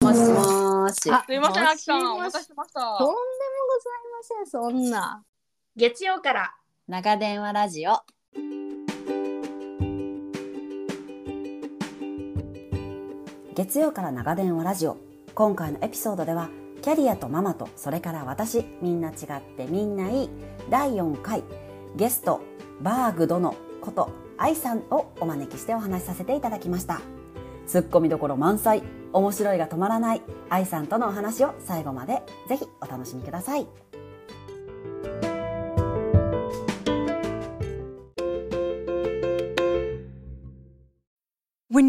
もしもーし。あすいません、あきさん、おもしも待しとたんでもせしましごた。ざいません、そんな。月曜から長電話ラジオ。月曜から長電話ラジオ今回のエピソードではキャリアとママとそれから私みんな違ってみんないい第4回ゲストバーグ殿こと愛さんをお招きしてお話しさせていただきましたツッコミどころ満載面白いが止まらない愛さんとのお話を最後までぜひお楽しみください When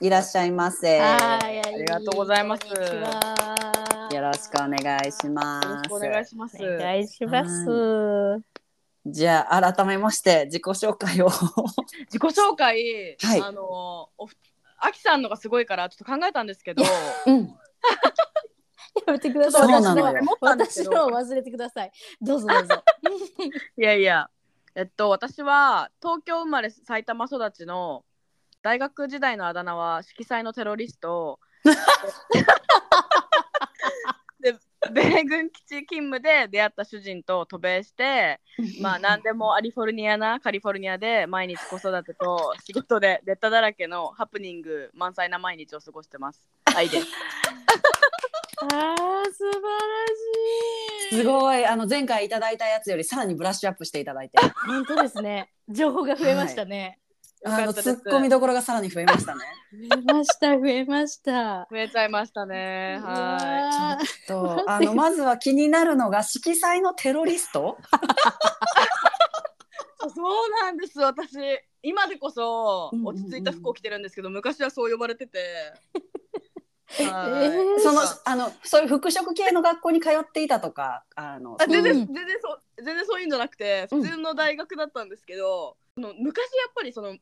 いらっしゃいませ。よい、ありがとうございますこんにちろはしくお願いしまよろしくお願いす。します。お願いします。じゃあ改めまして自己紹介を。自己紹介、はいあの、おふあきさんのがすごいから、ちょっと考えたんですけど。うん。やめてください。そうなのよ私の私のを忘れてください。どうぞどうぞ。いやいや、えっと、私は東京生まれ埼玉育ちの。大学時代のあだ名は色彩のテロリス ト。で、米軍基地勤務で出会った主人と渡米して。まあ何でもアリフォルニアなカリフォルニアで毎日子育てと仕事でデッタだらけのハプニング満載な毎日を過ごしてます。はい です。ああ、素晴らしい。すごいあの前回いただいたやつよりさらにブラッシュアップしていただいて、本当ですね。情報が増えましたね。あよかのったですツッコミどころがさらに増えましたね。増えました、増えました。増えちゃいましたね。はは とあのまずは気になるのが色彩のテロリスト。い。そうなんです。私今でこそうんうんうん落ち着いた服を着てるんですけど、昔はそう呼ばれ てて。えはーい。そのああのそういう服飾系の学校に通っていたとかあの全然う全然そう全然そういうんじゃなくて普通の大学だったんですけど、あの昔やっぱりその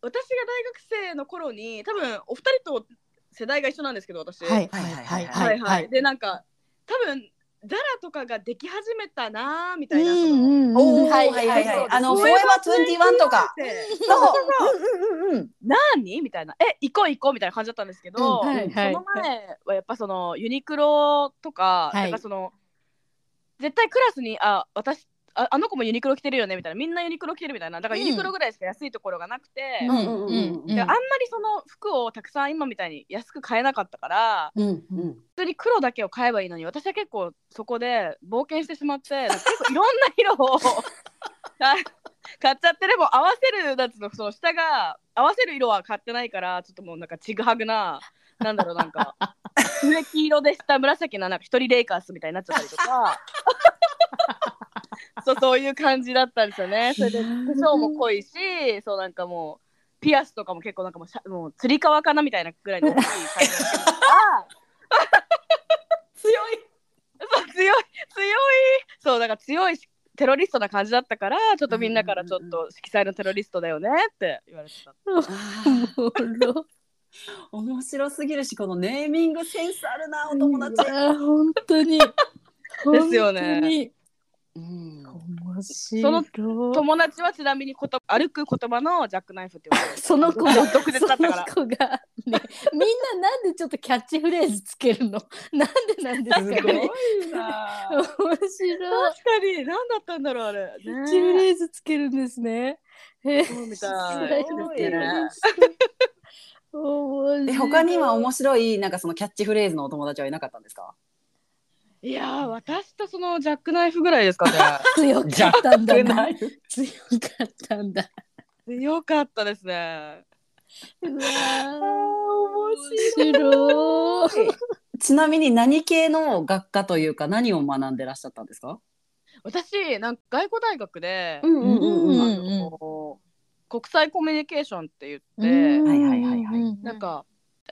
私が大学生の頃に多分お二人と世代が一緒なんですけど私。い、はいはいはいははいい、でなんか多分ザラとかができ始めたなーみたいな、うそんのうんうんおーははいいはいはいあのフォそーうエいバえー21ばとか でそううんうんうんうん何みたいなえ行こう行こうみたいな感じだったんですけど、うんはいはいその前はやっぱそのユニクロとか,、はいなんかその絶対クラスにあ私ああの子もユニクロ着てるよねみたいなみんなユニクロ着てるみたいなだからうんユニクロぐらいしか安いところがなくうて、んうんうんうんであんまりその服をたくさん今みたいに安く買えなかったから、うんうん普通に黒だけを買えばいいのに私は結構そこで冒険してしまってなんか結構いろんな色を買買っちゃってでも合わせるなんつうのその下が合わせる色は買ってないからちょっともうなんかちぐはぐななんだろうなんか上黄色で下紫ななんか一人レイカースみたいになっちゃったりとか そうそういう感じだったんですよねそれで化粧も濃いしそうなんかもうピアスとかも結構なんかもうしゃもうつり革かなみたいなぐらいの大きいサイズだったりとか。強いそう強い強いそうだから強いしテロリストな感じだったからちょっとみんなからちょっと色彩のテロリストだよねって言われてたおもろ面白すぎるしこのネーミングセンスあるなお友達、あー本当 に。ですよね本当に。うん面白い。その友達はちなみにこと歩く言葉のジャックナイフって言われてたその子が、その独舌だったから子が、ね、みんななんでちょっとキャッチフレーズつけるのなんでなんですかすごねいな面白い。確かに何だったんだろうあれキャッチフレーズつけるんですね。へーそうみ辛たいいですね面白 えい他には面白いなんかそのキャッチフレーズのお友達はいなかったんですかいやー私とそのジャックナイフぐらい ですかね強かったんだな。い強かったんだ。強かったですねうわー面白い。ちなみに何系の学科というか何を学んでらっしゃったんですか私なんか外語大学で、んうんうんうんあの国際コミュニケーションって言って、はいはいはいはいうんなんか、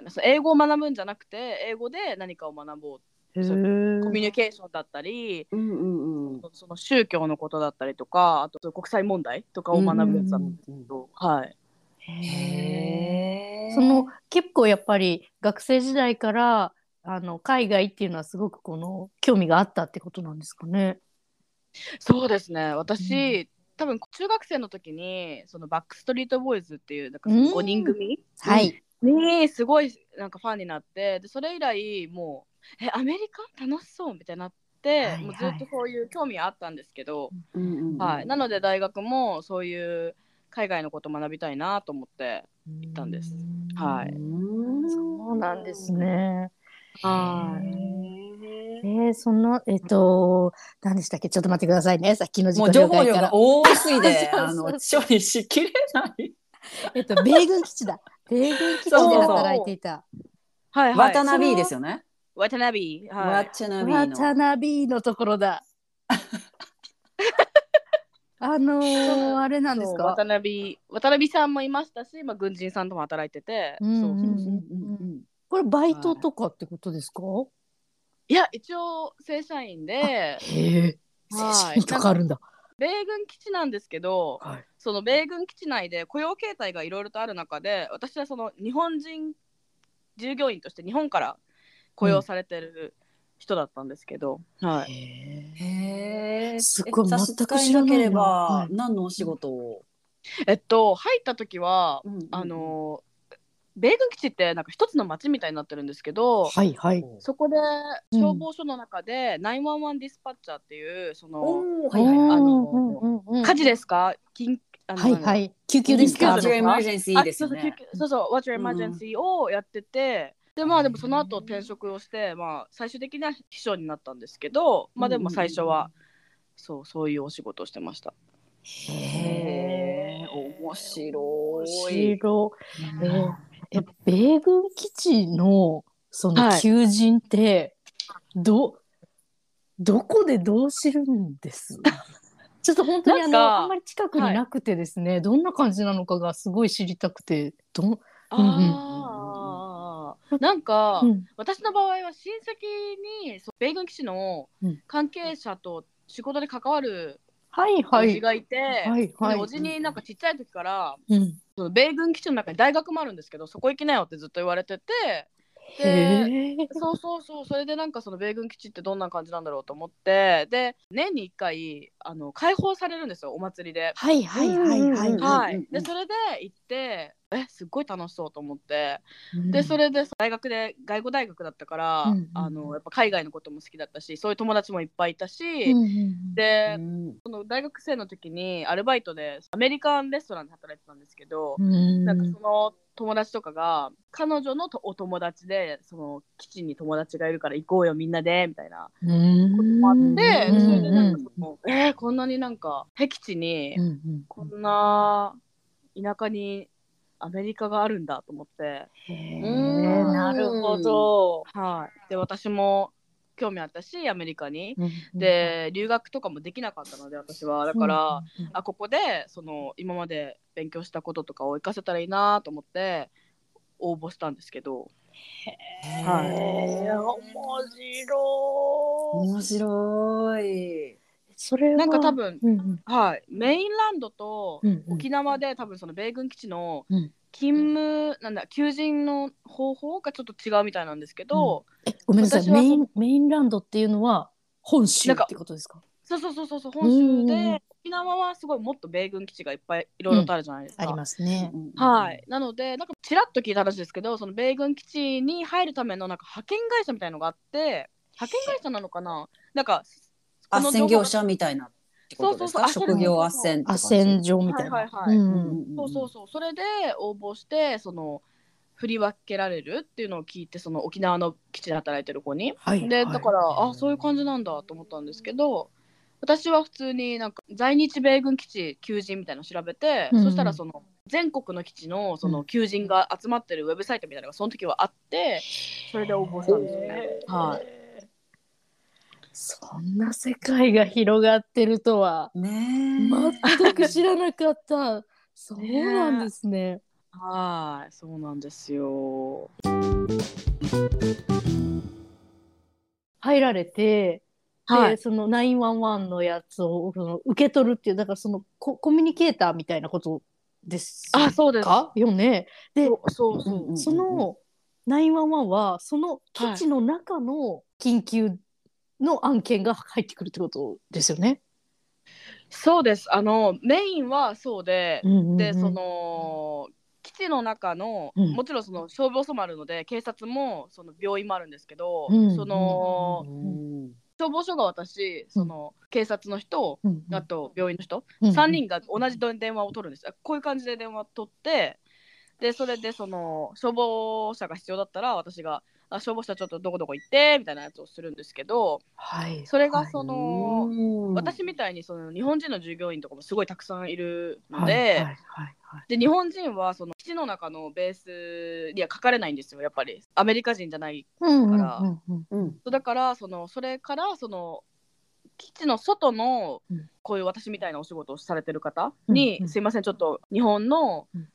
その英語を学ぶんじゃなくて英語で何かを学ぼうコミュニケーションだったりうんうんうん。その宗教のことだったりとかあとそう国際問題とかを学ぶやつだったんですけど、はい、へえ。その結構やっぱり学生時代からあの海外っていうのはすごくこの興味があったってことなんですかね。そうですね私、多分中学生の時にそのバックストリートボーイズっていうなんかその5人組はい。にすごいなんかファンになってでそれ以来もうえアメリカ楽しそうみたいになって、はいはいもうずっとそういう興味あったんですけど、うんうんうんはい、なので大学もそういう海外のこと学びたいなと思って行ったんです。はいそうなんです。ね。はえー、そのえっ、と何でしたっけちょっと待ってくださいねさっきの自もう己情紹報介量かがら。多すぎて、そうあそうの、処理しきれない。えっと米軍基地だ。 米軍基地で働いていた。はいはい、渡辺ですよね。渡辺、はい、渡辺の。渡辺のところ だ。あのー、あれなんですそうか渡。辺渡辺さんもいましたし、まあ、軍人さんとも働いてて、うんそううんそううんうんこれバイトとかってことですか。いや一応正社員でへえ。は精い神とかあるんだ。米軍基地なんですけど、はいその米軍基地内で雇用形態がいろいろとある中で私はその日本人従業員として日本から雇用されてる人だったんですけど、はい、へうん。へえ。すっごいえ差し支えなければ、何のお仕事を。えっと入った時は、うんうんあの米軍基地ってなんか一つの町みたいになってるんですけど、ーはいはい。そこでうん消防署の中で911ディスパッチャーっていうその、おお、はあいはいはい。火事ですか緊あのはいはなんだい。救急ですか。ワチ救急ですエマージェンシーあですよね。そうそうそうそう What's your emergency、をやっててでまあでもその後転職をしてまあ最終的には秘書になったんですけどまあでも最初は、そうそういうお仕事をしてましたへえ、面白い。白い。え、え米軍基地のそのはい求人って、ど、どこでどう知るんです。ちょっと本当にあのなんかあんまり近くになくてですね、どんな感じなのかがすごい知りたくて、どん、うんうんああなんか、うん私の場合は親戚にそう米軍基地のうん関係者と仕事で関わるはいおはいじ。がいて、はいはでいお。じになんかちっちゃい時からうんその米軍基地の中に大学もあるんですけどそこ行きなよってずっと言われててでへえ。そうそうそうそれでなんかその米軍基地ってどんな感じなんだろうと思ってで年に1回あの解放されるんですよお祭りで。はいはいはいはうい。んうんうんはい、でそれで行ってえすっごい楽しそうと思ってでそれ。れで大学で外語大学だったから、うんうんあのやっぱ海外のことも好きだったしそういう友達もいっぱいいたし、うんうんうんで、うんその大学生の時にアルバイトでアメリカンレストランで働いてたんですけど、うんなんかその友達とかが彼女のとお友達でその基地に友達がいるから行こうよみんなでみたいなうんこともあって、うんそれでなんかその、えーこんなになんか僻地にうんうんこんな田舎にアメリカがあるんだと思って、へうえんなるほど。はい、で私も興味あったしアメリカに。で、で留学とかもできなかったので私はだから、あここでその今まで勉強したこととかを活かせたらいいなと思って応募したんですけど、は面白い。それい、はなんか多分、うんうんはい、メインランドとうんうん沖縄で多分その米軍基地のうん勤務、なんだ求人の方法がちょっと違うみたいなんですけど、えごめんなさい私はメそインメインランドっていうのは本州ってことですか。そうそうそうそうそう本州うんうんうんで沖縄はすごいもっと米軍基地がいっぱいいろいろとあるじゃないですか。ありますね。はい、なのでなんかちらっと聞いた話ですけどその米軍基地に入るためのなんか派遣会社みたいのがあって派遣会社なのかななんか斡の旋業者みたいなってことですか。そうそうそう職業斡旋とか。あ戦場みたいな。はいはいはいうんうんうんうんうんそうそうそうそれで応募してその振り分けられるっていうのを聞いてその沖縄の基地で働いてる子に。はいでだからら、あそういう感じなんだと思ったんですけど私は普通になんか在日米軍基地求人みたいなの調べて、うんそしたらその全国の基地のその求人が集まってるウェブサイトみたいなのがその時はあってそれで応募したんですよね。はい、そんな世界が広がってるとはねえ。全く知らなかった。そうなんですね。はい、そうなんですよ。入られて、はでい。その911のやつをその受け取るっていうだからそのココミュニケーターみたいなことですあ、そうです。かよね。でそうそうそう。うんうんその911はその基地の中の緊急の案件が入ってくるってことですよね。そうです。あのメインはそうで、でそのの基地の中の、うんもちろんその消防署もあるので警察もその病院もあるんですけど、うんその消防署が私その警察の人あと病院の人、3人が同じ電話を取るんですよこういう感じで電話取ってでそれでその消防車が必要だったら私が「あ消防車ちょっとどこどこ行って」みたいなやつをするんですけどはいそれがその。うん私みたいにその日本人の従業員とかもすごいたくさんいるので、はいはいはいはいで日本人はその基地の中のベースには書かれないんですよやっぱりアメリカ人じゃないうんうんらうんうんうんだからそのそれからその基地の外のうんこういう私みたいなお仕事をされてる方うんに、うんすいませんちょっと日本のうん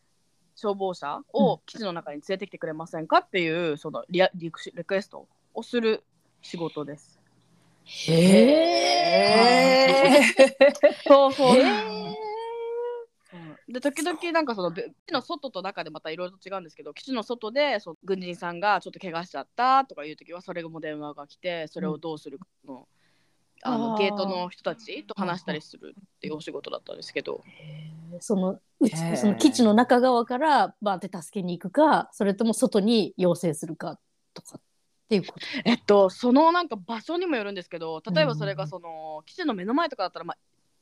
消防車を基地の中に連れてきてくれませんかっていうそのリアリクシリクエストをする仕 事です。へそうそうへうんで時々なんかそのべ基地の外と中でまたいろいろと違うんですけど基地の外でその軍人さんがちょっと怪我しちゃったとかいう時はそれも電話が来てそれをどうするかの,、あのあーゲートの人たちと話したりするっていうお仕事だったんですけどそのうちへーその基地の中側からバーって助けに行くかそれとも外に要請するかとかっていうことえっとそのなんか場所にもよるんですけど例えばそれうがんその基地の目の前とかだったらまあ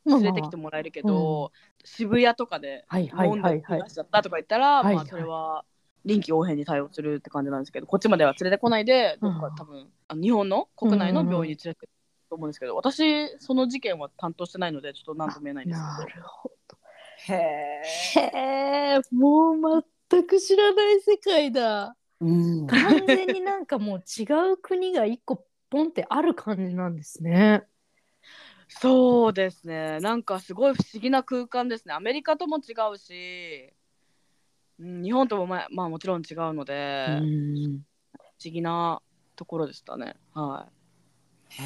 まあ連まあれてきてもらえるけど、渋谷とかではいはい飲んではいいはいらっしゃったとか言ったら、はいまあそれは臨機応変に対応するって感じなんですけど、こっちまでは連れてこないで、どっか多分あの日本の国内の病院に連れてくると思うんですけど、私その事件は担当してないのでちょっと何とも言えないんですなけど。るほえ。へどへえもう全く知らない世界だうん完全になんかもう違う国が一個ポンってある感じなんですね。そうですね。なんかすごい不思議な空間ですね。アメリカとも違うし、うん日本ともまあまあもちろん違うので、う不思ん議なところでしたね。はえ。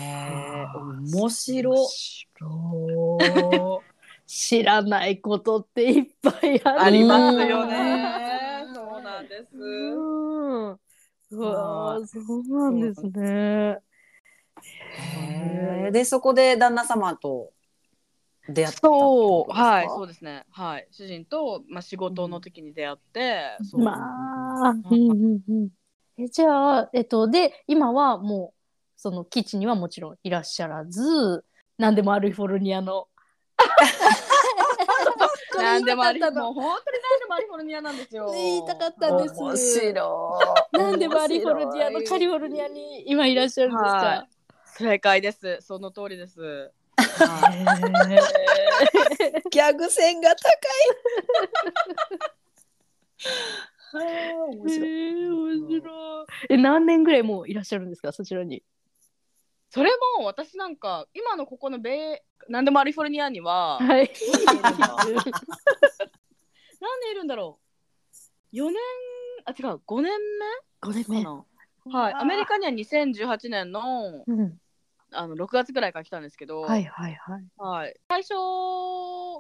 面白。面白い知らないことっていっぱいい。あるありますよねね。そうなんです。うん。うわはーそうなんですね。へえ。でそこで旦那様と出会ったってことそうですか。はいそうですねはい主人と、まあ、仕事の時に出会って、そうまあ、うんうんうん。えじゃあ、えっと、で、今はもう、その基地にはもちろんいらっしゃらず、何でもあるフォルニアの。何でもありこれ言いたかもったのう本当に何でもありフォルニアなんですよ言いたかったんです。面白い。何でもありフォルニアのカリフォルニアに今いらっしゃるんですはか。正解ですその通りですへギャグ線が高い。面え白い。面白い。え、何年ぐらいもういらっしゃるんですか、そちらに。それも私なんか今のここの米何でもありフォルニアには何はい。年いるんだろう4年あ違う5年五年目かなはいアメリカ。カには2018年のうんあの6月ぐらいから来たんですけど、はいはいはい。はい、最初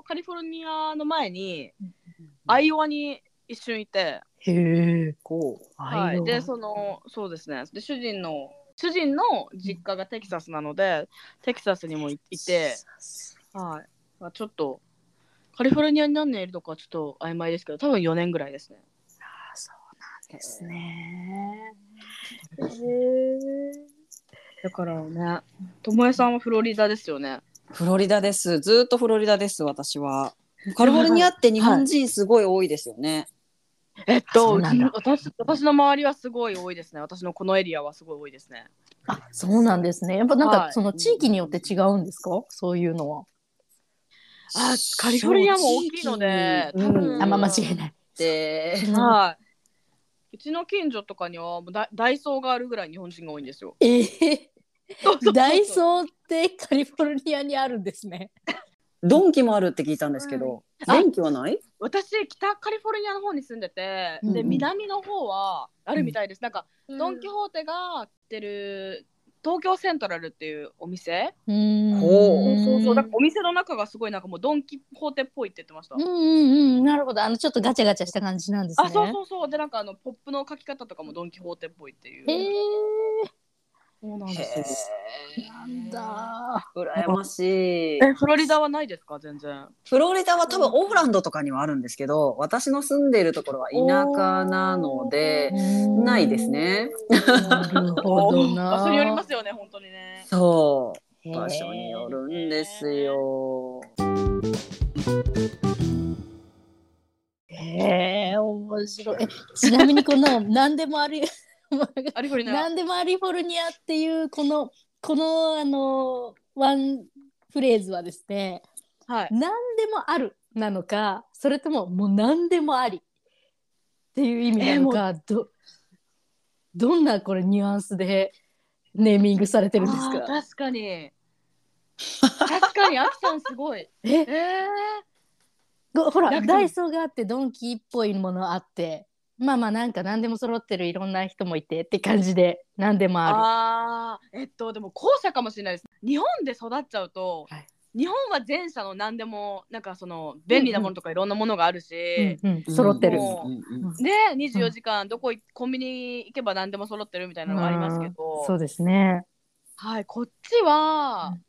カリフォルニアの前にアイオワに一瞬いて、へえ。こう。はアイオい、ワでそのそうですねで主人の主人の実家がテキサスなのでテキサスにもいいて、はいまあ、ちょっとカリフォルニアに何年いるのかちょっと曖昧ですけど多分4年ぐらいですね。あそうなんですね。だからね友枝さんはフロリダですよね。フロリダです。ずーっとフロリダです。私は。カリフォルニアって日本人すごい多いですよね。えっそとうなんだうち私私の周りはすごい多いですね私のこのエリアはすごい多いですね。あ、そうなんですね。やっぱなんか、はいその地域によって違うんですか？そういうのは。あカリフォルニアも大きいのでそう多分うんあんま間違いない。ではい。うちの近所とかにはもうダダイソーがあるぐらい日本人が多いんですよ。ええそうそうそうダイソーってカリフォルニアにあるんですね。ドンキもあるって聞いたんですけど、うんあ電気はない私北カリフォルニアの方に住んでて、うんでうん南の方はあるみたいです、なんかドン・キホーテが売ってる東京セントラルっていうお店、うん。ほそうそうそうだだからお店の中がすごいなんかもうドン・キホーテっぽいって言ってました、うんうんうん。なるほど。あの、ちょっとガチャガチャした感じなんですね。あそうそうそうでなんかあのポップの書き方とかもドン・キホーテっぽいっていう、へえ。そうなんですよへなんだ。ー羨ましいえフロリダはないですか全然フロリダは多分オーランドとかにはあるんですけど私の住んでいるところは田舎なのでないですねなるほどな。場所によりますよね本当にねそうへー場所によるんですよへえ、面白い。えちなみにこの何でもあり、アリフォルニア何でもありフォルニアっていうこのこのあのワンフレーズはですね、はい何でもあるなのか、それとももう何でもありっていう意味なのか、どどんなこれニュアンスでネーミングされてるんですあーか。確かに確かにアキさんすご いええ、ーどほならんかダイソーがあってドンキーっぽいものあってまあまあなんか何でも揃ってるいろんな人もいてって感じで何でもああーえっとでも後者かもしれないです日本で育っちゃうと、はい日本は前者の何でもなんかその便利なものとかいろんなものがあるし、る、うんうん、揃ってる、もうんうんうんね24時間どこいコンビニ行けば何でも揃ってるみたいなのがありますけど、そうですねはいこっちはう、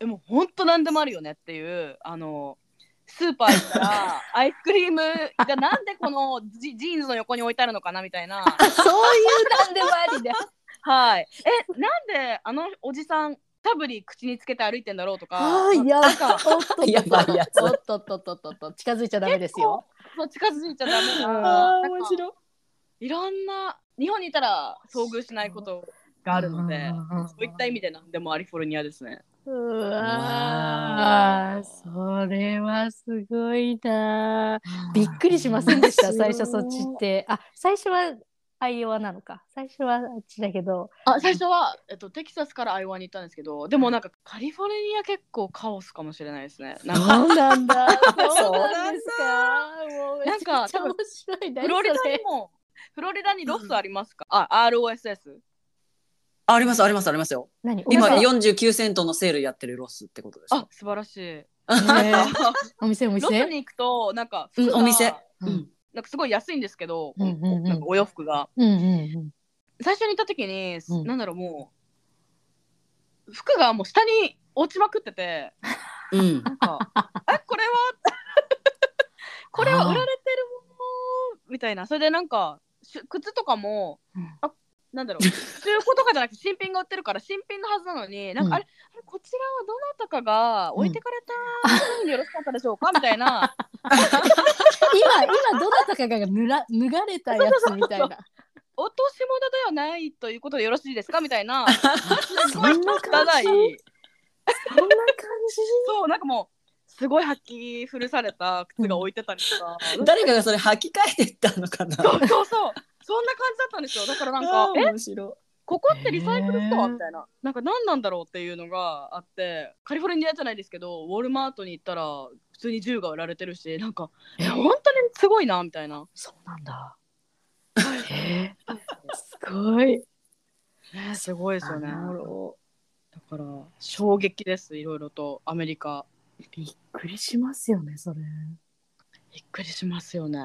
えもうほんと何でもあるよねっていうあのスーパー行った らアイスクリームがなんでこのジジーンズの横に置いてあるのかなみたいなそういう何でもありではいえなんであのおじさんサブリ口につけて歩いてんだろうとかあーやばな んかおっとっとっとやばいやつおっとっとっとっとっと近づいちゃダメですよそう近づいちゃダメなあーなんか面白いいろんな日本にいたら遭遇しないことがあるのでそういった意味でなんでもアリフォルニアですね。うわーそれはすごいなびっくりしませんでした最初そっちってあ最初はアイオワなのか最初はあっちだけどあ最初は、えっと、テキサスからアイオワに行ったんですけどでもなんかカリフォルニア結構カオスかもしれないですね。なんかそうなんだ。そ そううななんんでですすか。もうめちゃなんかくちゃ面白いね。フロリダそれにもフロリダにロスありますか、あ ROSS ありますありますありますよ何？今お店49セントのセールやってるロスってことですあか素晴らしい。ねお店おロス店。に行くとなんかうん服がお店うんなんかすごい安いんですけど、うんうんうんなんかお洋服が。うんうん最初に行った時に、うんなんだろうもう服がもう下に落ちまくっててうんなんかえこれは これは売られてるものみたいなそれでなんかし靴とかも、うんあなんだろう中古とかじゃなくて新品が売ってるから新品のはずなのになんか、うんあれあれこちらはどなたかが置いてかれた人によろしかったでしょうかみたいな今今どなたかがぬら脱がれたやつみたい な。落とし物ではないということでよろしいですかみたいな すそごいんな感汚じ。い。そんな感そうなんかもうすごい履き古された靴が置いてたりとか、 誰かがそれ履き替えてったのかなそうそうそうそんな感じだったんですよだからなんかあーえ面白ここってリサイクルストへアーみたいななんか何なんだろうっていうのがあってカリフォルニアじゃないですけどウォルマートに行ったら普通に銃が売られてるしなんかえ本当にすごいなみたいなじ。そうなんだ。へえ。すごい。ねすごいですよねいだから衝撃ですいろいろとアメリカびっくりしますよねそれ。びっくりしますよね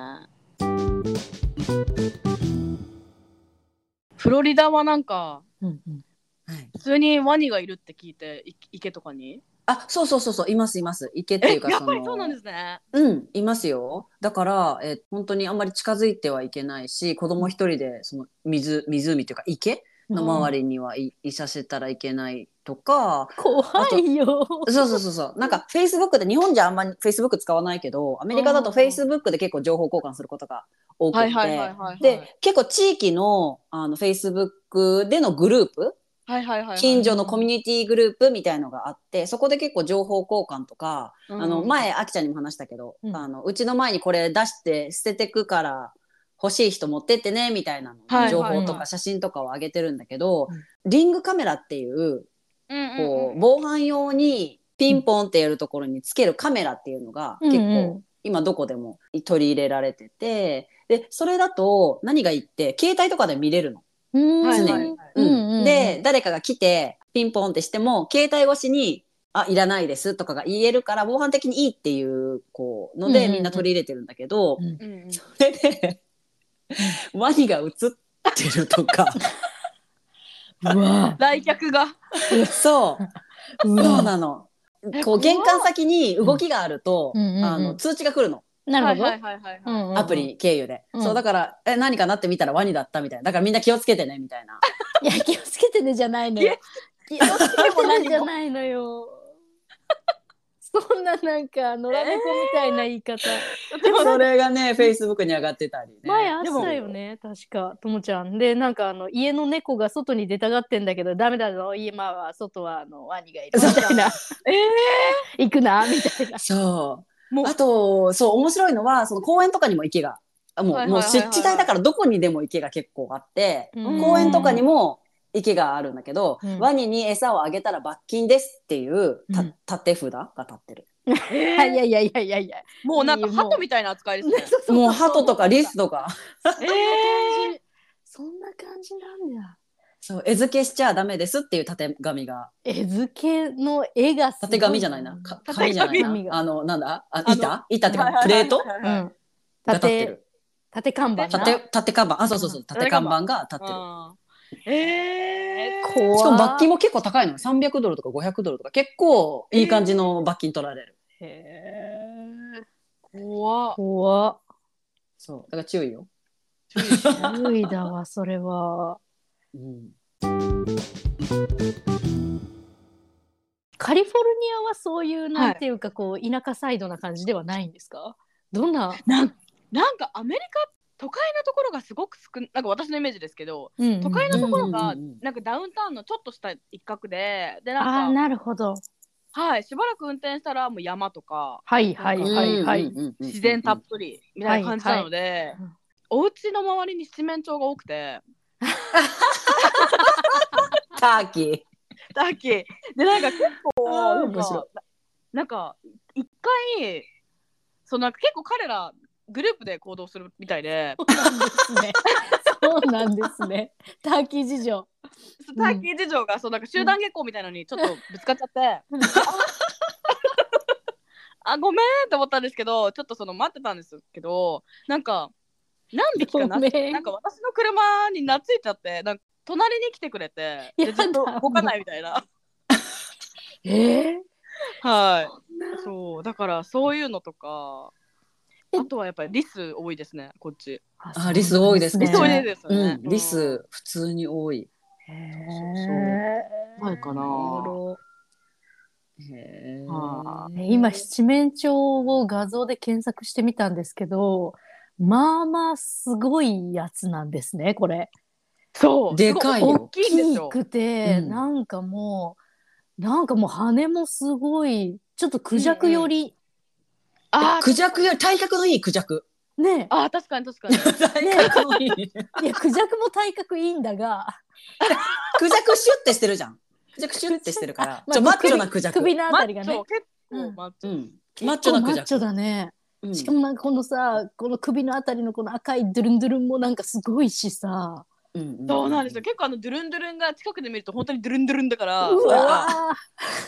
フロリダはなんかうんうん。はい普通にワニがいるって聞いてい池とかにあそうそうそうそういますいます池ってえいやうっかぱりそうなんですすねうんいますよだからえー本当にあんまり近づいてはいけないし子供一人でその水湖っていうか池の周りにはい,、いさせたらいけないとか怖いよ。そうそうそうそうなんかフェイスブックで日本じゃあんまりフェイスブック使わないけどアメリカだとうんフェイスブックで結構情報交換することが多くはいてはいはいはいはいで結構地域のあのフェイスブックでのグループはいはいはいはい近所のコミュニティグループみたいのがあってそこで結構情報交換とか、うんあの前あきちゃんにも話したけど、うんあのうちの前にこれ出して捨ててくから欲しい人持ってってねみたいなの、はいはい情報とはか写真とかを上げてるんだけど、うんリングカメラっていううんうんうんこう防犯用にピンポンってやるところにつけるカメラっていうのがうんう結ん構今どこでも取り入れられてて、で、それだと何がいいって携帯とかで見れるの。うん常に。はいはいうんうんうんうんで、誰かが来てピンポンってしても携帯越しにあ、いらないですとかが言えるから防犯的にいいっていう、こう、のうんうんでうんみんな取り入れてるんだけど、うんうんそれで、ワニが映ってると か、うわ来客がそう。うそうわなのえ。こ怖うっ玄関先に動きがあると、うんうんうんうんあの通知が来るの、なるほどはいはいはいはい、うんうんアプリ経由で、うんそうだからえ何かなって見たらワニだったみたいなだからみんな気をつけてねみた いないや気をつけてねじゃないのよ気をつけてねじゃないの よそんななんか野良猫みたいな言い方、それがねフェイスブックに上がってたりね前あったよね確かともちゃんでなんかあの家の猫が外に出たがってんだけどダメだぞ今は外はあのワニがいるみたい なえ行くなみたいなそうもうあとそう面白いのはその公園とかにも池があもう,、はいはいはいはいもう湿地帯だからどこにでも池が結構あって、うん公園とかにも池があるんだけど、うんワニに餌をあげたら罰金ですっていうたうん立て札が立ってる。ーえいーやいやいやいやいやもうなんかいいもう鳩みたいな扱いですね。もう鳩とかリスとか。えそんな感じなんだそう、餌付けしちゃダメですっていうたてがみが。絵付けの絵がすたごてがみじゃないな。か紙じゃないたてがみな。あの、なんだあの板板っていうか、はいプレートはいはういはいはいんが立って縦る。縦看板たなて、たて看板。あ、そうそうそう。たて看板が立ってる。うんえー、怖しかも罰金も結構高いのよ。300ドルとか500ドルとか。結構いい感じの罰金取られる。怖っ怖っそう。だから注意よ。注意だわそれはうん。カリフォルニアはそういうはいなんていうかこう田舎サイドな感じではないんですかどんななんかアメリカ都会のところがすごく少ななんか私のイメージですけど都都会のところがうんうんうんうんなんかダウンタウンのちょっとした一角でであなーんかなるほどはいしばらく運転したらもう山とかはいはいはいはい、うんうんうん自然たっぷりみたいな感じなので、うんお家の周りに七面鳥が多く てターキー。だっけでなんか結構あー なん面白かなんか一回そうなんか結構彼らグループで行動するみたいでそうなんですねターキー事情そうターキー事情がそうなんか集団下校みたいなのにちょっとぶつかっちゃって、 あごめんって思ったんですけどちょっとその待ってたんですけどなんか何匹かなごめんなんか私の車に懐いちゃってなんか隣に来てくれてやでだずっと動かないみた いなえー、はいそうだからそういうのとかあとはやっぱりリス多いですねこっちあ、リス多いですね。リス多いねですよねうん。うんリス、普通に多い。へー前かなへーはね今七面鳥を画像で検索してみたんですけどまあまあすごいやつなんですねこれ。そうでかいよすご大きいんですよ大きくて、うんなんかもうなんかもう羽もすごいちょっとクジャク寄り、あークジャクより体格のいいクジャク。ねあー確かに確かに体格のいい。 クジャいやクジャクも体格いいん だがクシュってしてるじゃん。クジャクシュってしてるから。まあちょマッチョなクジャク。首のあマたッりチがョね結う構んマッチうョ、ん。マッチョなマクジッャチョク。だね、うんしかもなんかこのさこの首のあたりのこの赤いドゥルンドゥルンもなんかすごいしさうんうんそうなんですよ結構あのドゥルンドゥルンが近くで見ると本当にドゥルンドゥルンだからうわ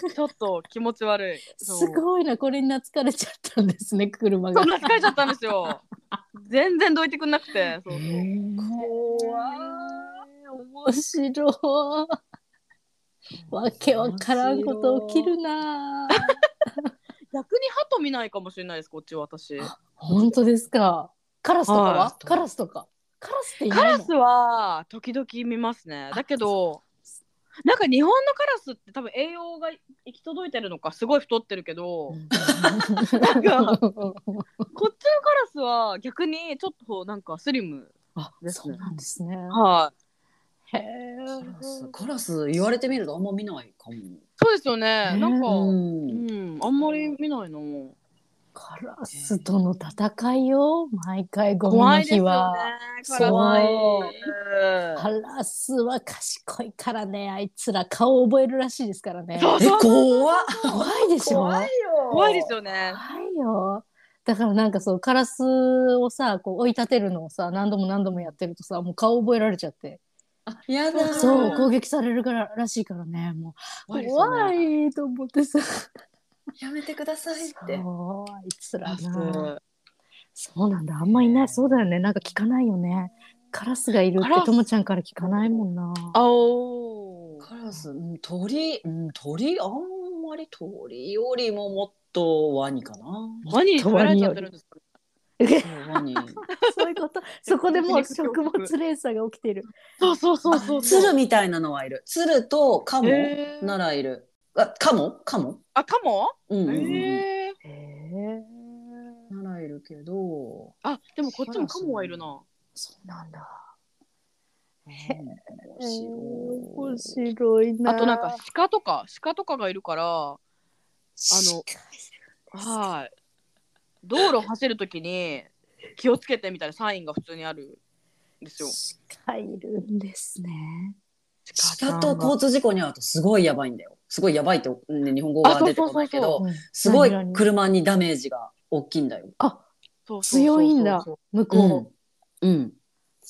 ーちょっと気持ち悪いそうすごいなこれに懐かれちゃったんですね車そがん。な疲れちゃったんですよ全然どいてくんなくてそうそう怖い面白いわけわからんこと起きるな逆に鳩見ないかもしれないですこっちは私本当ですかカラスとかは、はいカラスとかカラスっていカないラのスは時々見ますねだけどなんか日本のカラスって多分栄養が行き届いてるのかすごい太ってるけど、なんかこっちのカラスは逆にちょっとなんかスリムあそうなんですねはいへえカラスカラス言われてみるとあんま見ないかも。そうですよねなんか、うんうん、あんまり見ないなカラスとの戦いよ毎回ゴミ怖のいです日よねは。。怖い。カラスは賢いからねあいつら顔覚えるらしいですからねそうそう怖っ怖いでしょ怖い怖いですよね。よだからなんかそうカラスをさこう追い立てるのをさ何度も何度もやってるとさもう顔覚えられちゃってあやだそう攻撃されるかららしいからねもう怖いと思ってさやめてくださいってそうあいつらカラなスそうなんだあんまいないそうだよねなんか聞かないよねカラスがいるってカラスともちゃんから聞かないもん なあおー。カラス、うん、鳥、うん、鳥あんまり鳥よりももっとワニかなワニに食べられちゃってるんですか。そうワニそういうこと。 そこでもう食物連鎖が起きてる。そうそうそうそう。鶴みたいなのはいる鶴とカモへーならいるあカモカモあ、カモ？うんうん、うんへえ。へえ。ならいるけど、あ、でもこっちもカモはいるな。そうなんだ。面面白い。白いな。あとなんか鹿とか鹿とかがいるから、のはい。道路走るときに気をつけてみたいなサインが普通にあるんですよ。鹿いるんですね。鹿と交通事故に遭うとすごいやばいんだよ。すごいやばいって、ね、日本語が出てこないけあそど、うんすごい何々車にダメージが大きいんだよ。そうそうそうそう強いんだ。向こうん。うん。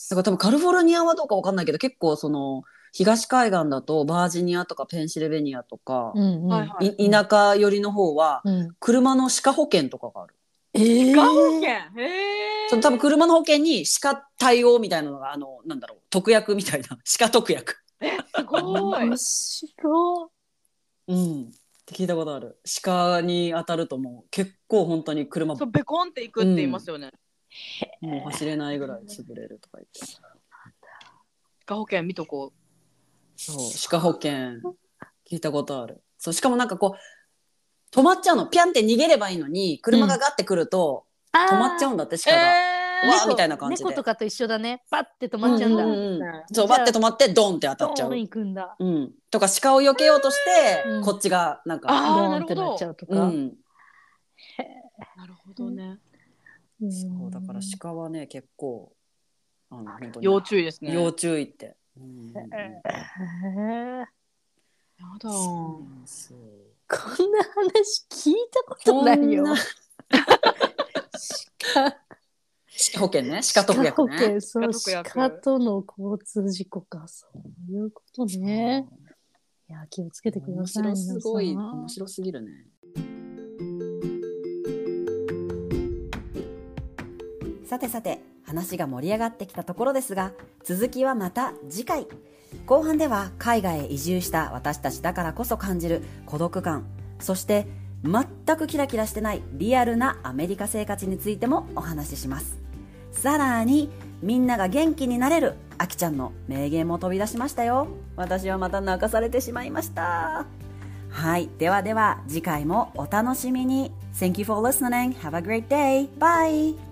だから多分カリフォルニアはどうかわかんないけど、結構その、東海岸だとバージニアとかペンシルベニアとかう。う、んうんはいはい。い田舎寄りの方は、うん。車の鹿保険とかがある。ええ。鹿保険。へえ。その多分車の保険に鹿対応みたいなのが、あの、なんだろう、特約みたいな、 鹿特約。すごい面。白うん。って聞いたことある。鹿に当たるともう結構本当に車もそうベコンっていくって言いますよね。う走れないぐらい潰れるとか言って。鹿保険見とこう。そう、鹿保険聞いたことある。そう、しかもなんかこう、止まっちゃうの。ピャンって逃げればいいのに、車がガッて来ると、い。止まっちゃう。うんだって、鹿が。えわーーみたいな感じで猫とかと一緒だね。パって止まっちゃうんだ。うドんそう、バッて止まって、ドンって当たっちゃーうン。行くんだ。うん。とか、鹿を避けようとして、うんこっちが、なんドか、あーーンってなっちゃうとうか。ん。なるほどね。うんそう、だから鹿はね、結構、あの、本当に要注意ですね。要注意って。うんへえやだ。そうなんですよこんな話聞いたことないよ こんな。鹿鹿保険ね鹿特約鹿保ね険そう鹿特約鹿との交通事故かそういうことね。いや気をつけてくだ面さい。白すごい皆さん面白すぎるねさてさて話が盛り上がってきたところですが続きはまた次回後半では海外へ移住した私たちだからこそ感じる孤独感そして全くキラキラしてないリアルなアメリカ生活についてもお話ししますさらにみんなが元気になれるあきちゃんの名言も飛び出しましたよ私はまた泣かされてしまいましたはいではでは次回もお楽しみに Thank you for listening Have a great day Bye